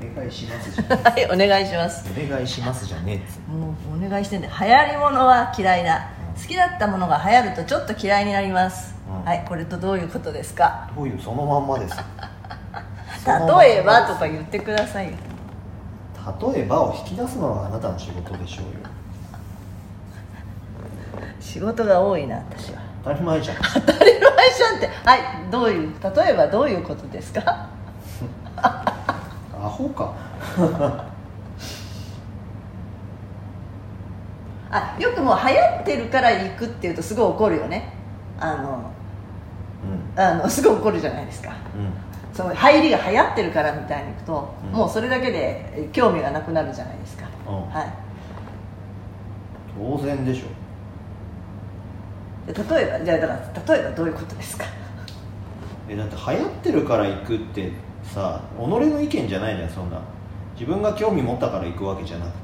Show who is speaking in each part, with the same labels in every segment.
Speaker 1: 願いしますじゃね
Speaker 2: はいお願いします
Speaker 1: えお願いしますじゃねえっつう
Speaker 2: もうお願いしてね流行りものは嫌いだ好きだったものが流行るとちょっと嫌いになります、
Speaker 1: うん
Speaker 2: はいこれとどういうことですか
Speaker 1: どういうそのまんまです
Speaker 2: 例えばと
Speaker 1: か
Speaker 2: か言ってくださいよ
Speaker 1: 例えばを引き出すのがあなたの仕事でしょうよ
Speaker 2: 仕事が多いな私は
Speaker 1: 当たり前じゃん
Speaker 2: 当たり前じゃんってはいどういう例えばどういうことですか
Speaker 1: アホか
Speaker 2: あよくもう流行ってるから行くっていうとすごい怒るよねあ
Speaker 1: う
Speaker 2: のあの すごい怒るじゃないですか
Speaker 1: んうん
Speaker 2: その入りが流行ってるからみたいに行くと、
Speaker 1: うん
Speaker 2: もうそれだけで興味がなくなるじゃないですか、
Speaker 1: うん
Speaker 2: はい
Speaker 1: 当然でしょ
Speaker 2: で例えばじゃあだから例えばどういうことですか
Speaker 1: えだって流行ってるから行くってさ己の意見じゃないじゃんそんな自分が興味持ったから行くわけじゃなくて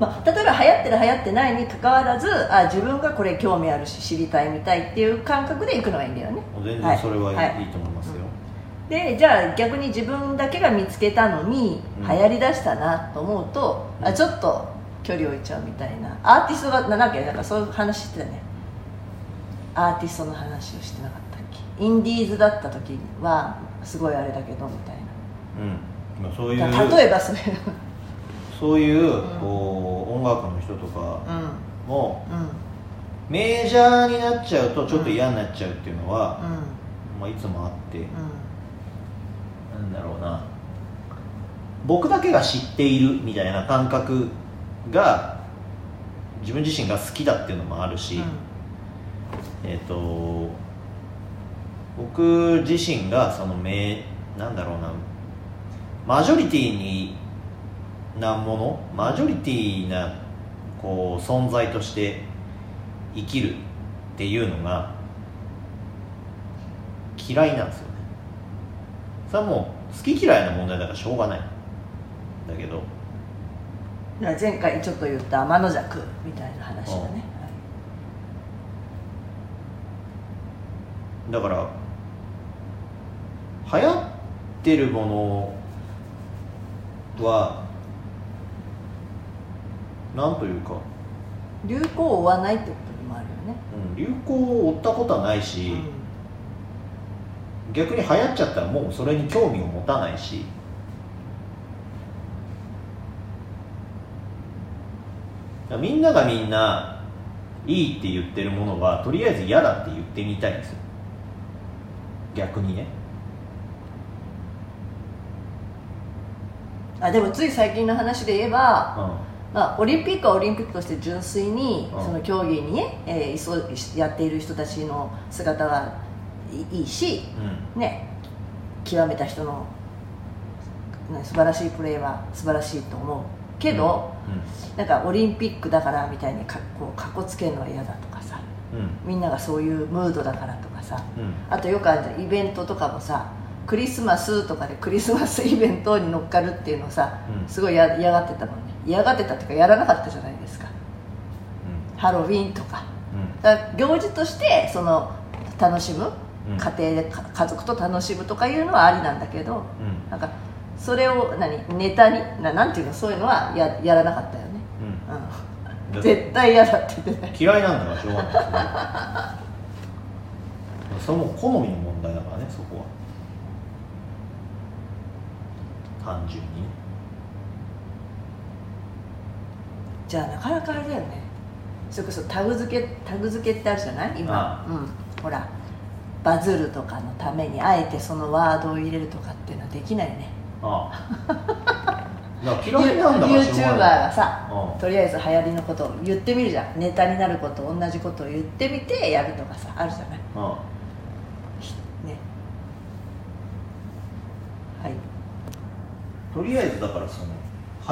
Speaker 2: まあ、例えば流行ってる流行ってないに関わらずあ自分がこれ興味あるし知りたいみたいっていう感覚で行くのがいいんだよね
Speaker 1: もう全然それはいい,、
Speaker 2: はい
Speaker 1: い、と思いますよ、
Speaker 2: でじゃあ逆に自分だけが見つけたのに、
Speaker 1: うん
Speaker 2: 流行りだしたなと思うと、
Speaker 1: うん
Speaker 2: あちょっと距離置いちゃうみたいなアーティストがななんだっけなんかそういう話してたねアーティストの話をしてなかったっけインディーズだった時はすごいあれだけどみたい
Speaker 1: うんまあ、そうい
Speaker 2: なだから
Speaker 1: う
Speaker 2: 例えばそれ
Speaker 1: そういう、
Speaker 2: ん
Speaker 1: こう音楽の人とか
Speaker 2: うん
Speaker 1: も
Speaker 2: うん
Speaker 1: メジャーになっちゃうとちょっと嫌になっちゃうっていうのは、
Speaker 2: うん
Speaker 1: まあ、いつもあって、
Speaker 2: うん
Speaker 1: なんだろうな僕だけが知っているみたいな感覚が自分自身が好きだっていうのもあるし、えっ、と僕自身がその名なんだろうなマジョリティになものマジョリティなこう存在として生きるっていうのが嫌いなんですよねそれはもう好き嫌いの問題だからしょうがないだけど
Speaker 2: だから前回ちょっと言った天の弱みたいな話だね、
Speaker 1: だから流行ってるものはなんというか、
Speaker 2: はい流行を追わないってことでもあるよね、
Speaker 1: うん、流行を追ったことはないし、逆に流行っちゃったらもうそれに興味を持たないしだからみんながみんないいって言ってるものはとりあえず嫌だって言ってみたいんですよ逆にね
Speaker 2: あでもつい最近の話で言えば、まあ、オリンピックはオリンピックとして純粋に
Speaker 1: うん
Speaker 2: その競技にね、えーいそやっている人たちの姿はいいいし
Speaker 1: うん、うん
Speaker 2: ね極めた人の、ね、素晴らしいプレーは素晴らしいと思うけど、なんかオリンピックだからみたいにかこうかっこつけるのは嫌だとかさ
Speaker 1: うんうん
Speaker 2: みんながそういうムードだからとかさ
Speaker 1: うん
Speaker 2: あとよくあるじゃんイベントとかもさクリスマスとかでクリスマスイベントに乗っかるっていうのをさ、
Speaker 1: うん
Speaker 2: すごいや嫌がってたもんね嫌がってたっていうかやらなかったじゃないですかハロウィンとかだから行事としてその楽しむ
Speaker 1: うん
Speaker 2: 家庭でか家族と楽しむとかいうのはありなんだけど
Speaker 1: うんうん
Speaker 2: なんかそれを何ネタにななんていうのそういうのはややらなかったよね、
Speaker 1: うん
Speaker 2: うん、絶対嫌だって言ってない
Speaker 1: 嫌いなんだからしょうがないそれも好みの問題だからねそこは単純にね
Speaker 2: じゃあなかなかあれだよねそれこそタグ付けタグ付けってあるじゃない今
Speaker 1: あ
Speaker 2: うんほらバズるとかのためにあえてそのワードを入れるとかっていうのはできないね
Speaker 1: ああだから嫌いなんだからしょう
Speaker 2: YouTuber
Speaker 1: がない
Speaker 2: がさ
Speaker 1: うん
Speaker 2: とりあえず流行りのことを言ってみるじゃんネタになること同じことを言ってみてやるとかさあるじゃない
Speaker 1: うん
Speaker 2: ねはい
Speaker 1: とりあえずだからその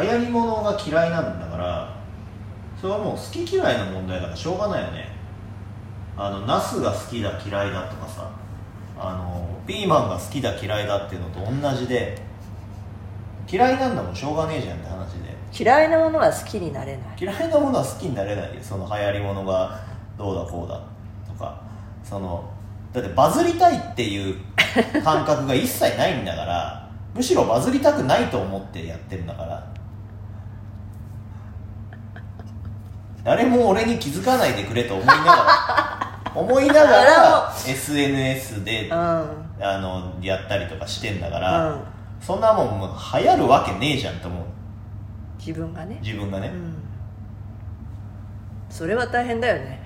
Speaker 1: 流行り物が嫌いなんだからそれはもう好き嫌いの問題だからしょうがないよねあのナスが好きだ嫌いだとかさあのピーマンが好きだ嫌いだっていうのと同じで嫌いなんだもんしょうがねえじゃんって話で
Speaker 2: 嫌いなものは好きになれない
Speaker 1: 嫌いなものは好きになれないよその流行りものがどうだこうだとか そのだってバズりたいっていう感覚が一切ないんだからむしろバズりたくないと思ってやってるんだから誰も俺に気づかないでくれと思いなが ら思いながら SNS で
Speaker 2: うん
Speaker 1: あのやったりとかしてんだか
Speaker 2: う
Speaker 1: ら、
Speaker 2: ん
Speaker 1: そんなもんもう流行るわけねえじゃんと思う
Speaker 2: 自分がね
Speaker 1: 自分が
Speaker 2: う
Speaker 1: ね、
Speaker 2: んそれは大変だよね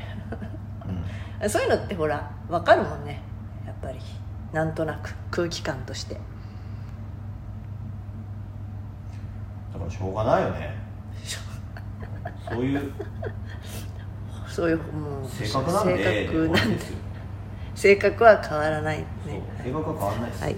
Speaker 1: うん
Speaker 2: そういうのってほらわかるもんねやっぱりなんとなく空気感として
Speaker 1: だからしょうがないよねそういう
Speaker 2: そういうもう
Speaker 1: 性格なんで
Speaker 2: 性格なんで
Speaker 1: ですよ
Speaker 2: 性格は変わらないね
Speaker 1: そう性格は変わんないです、
Speaker 2: はい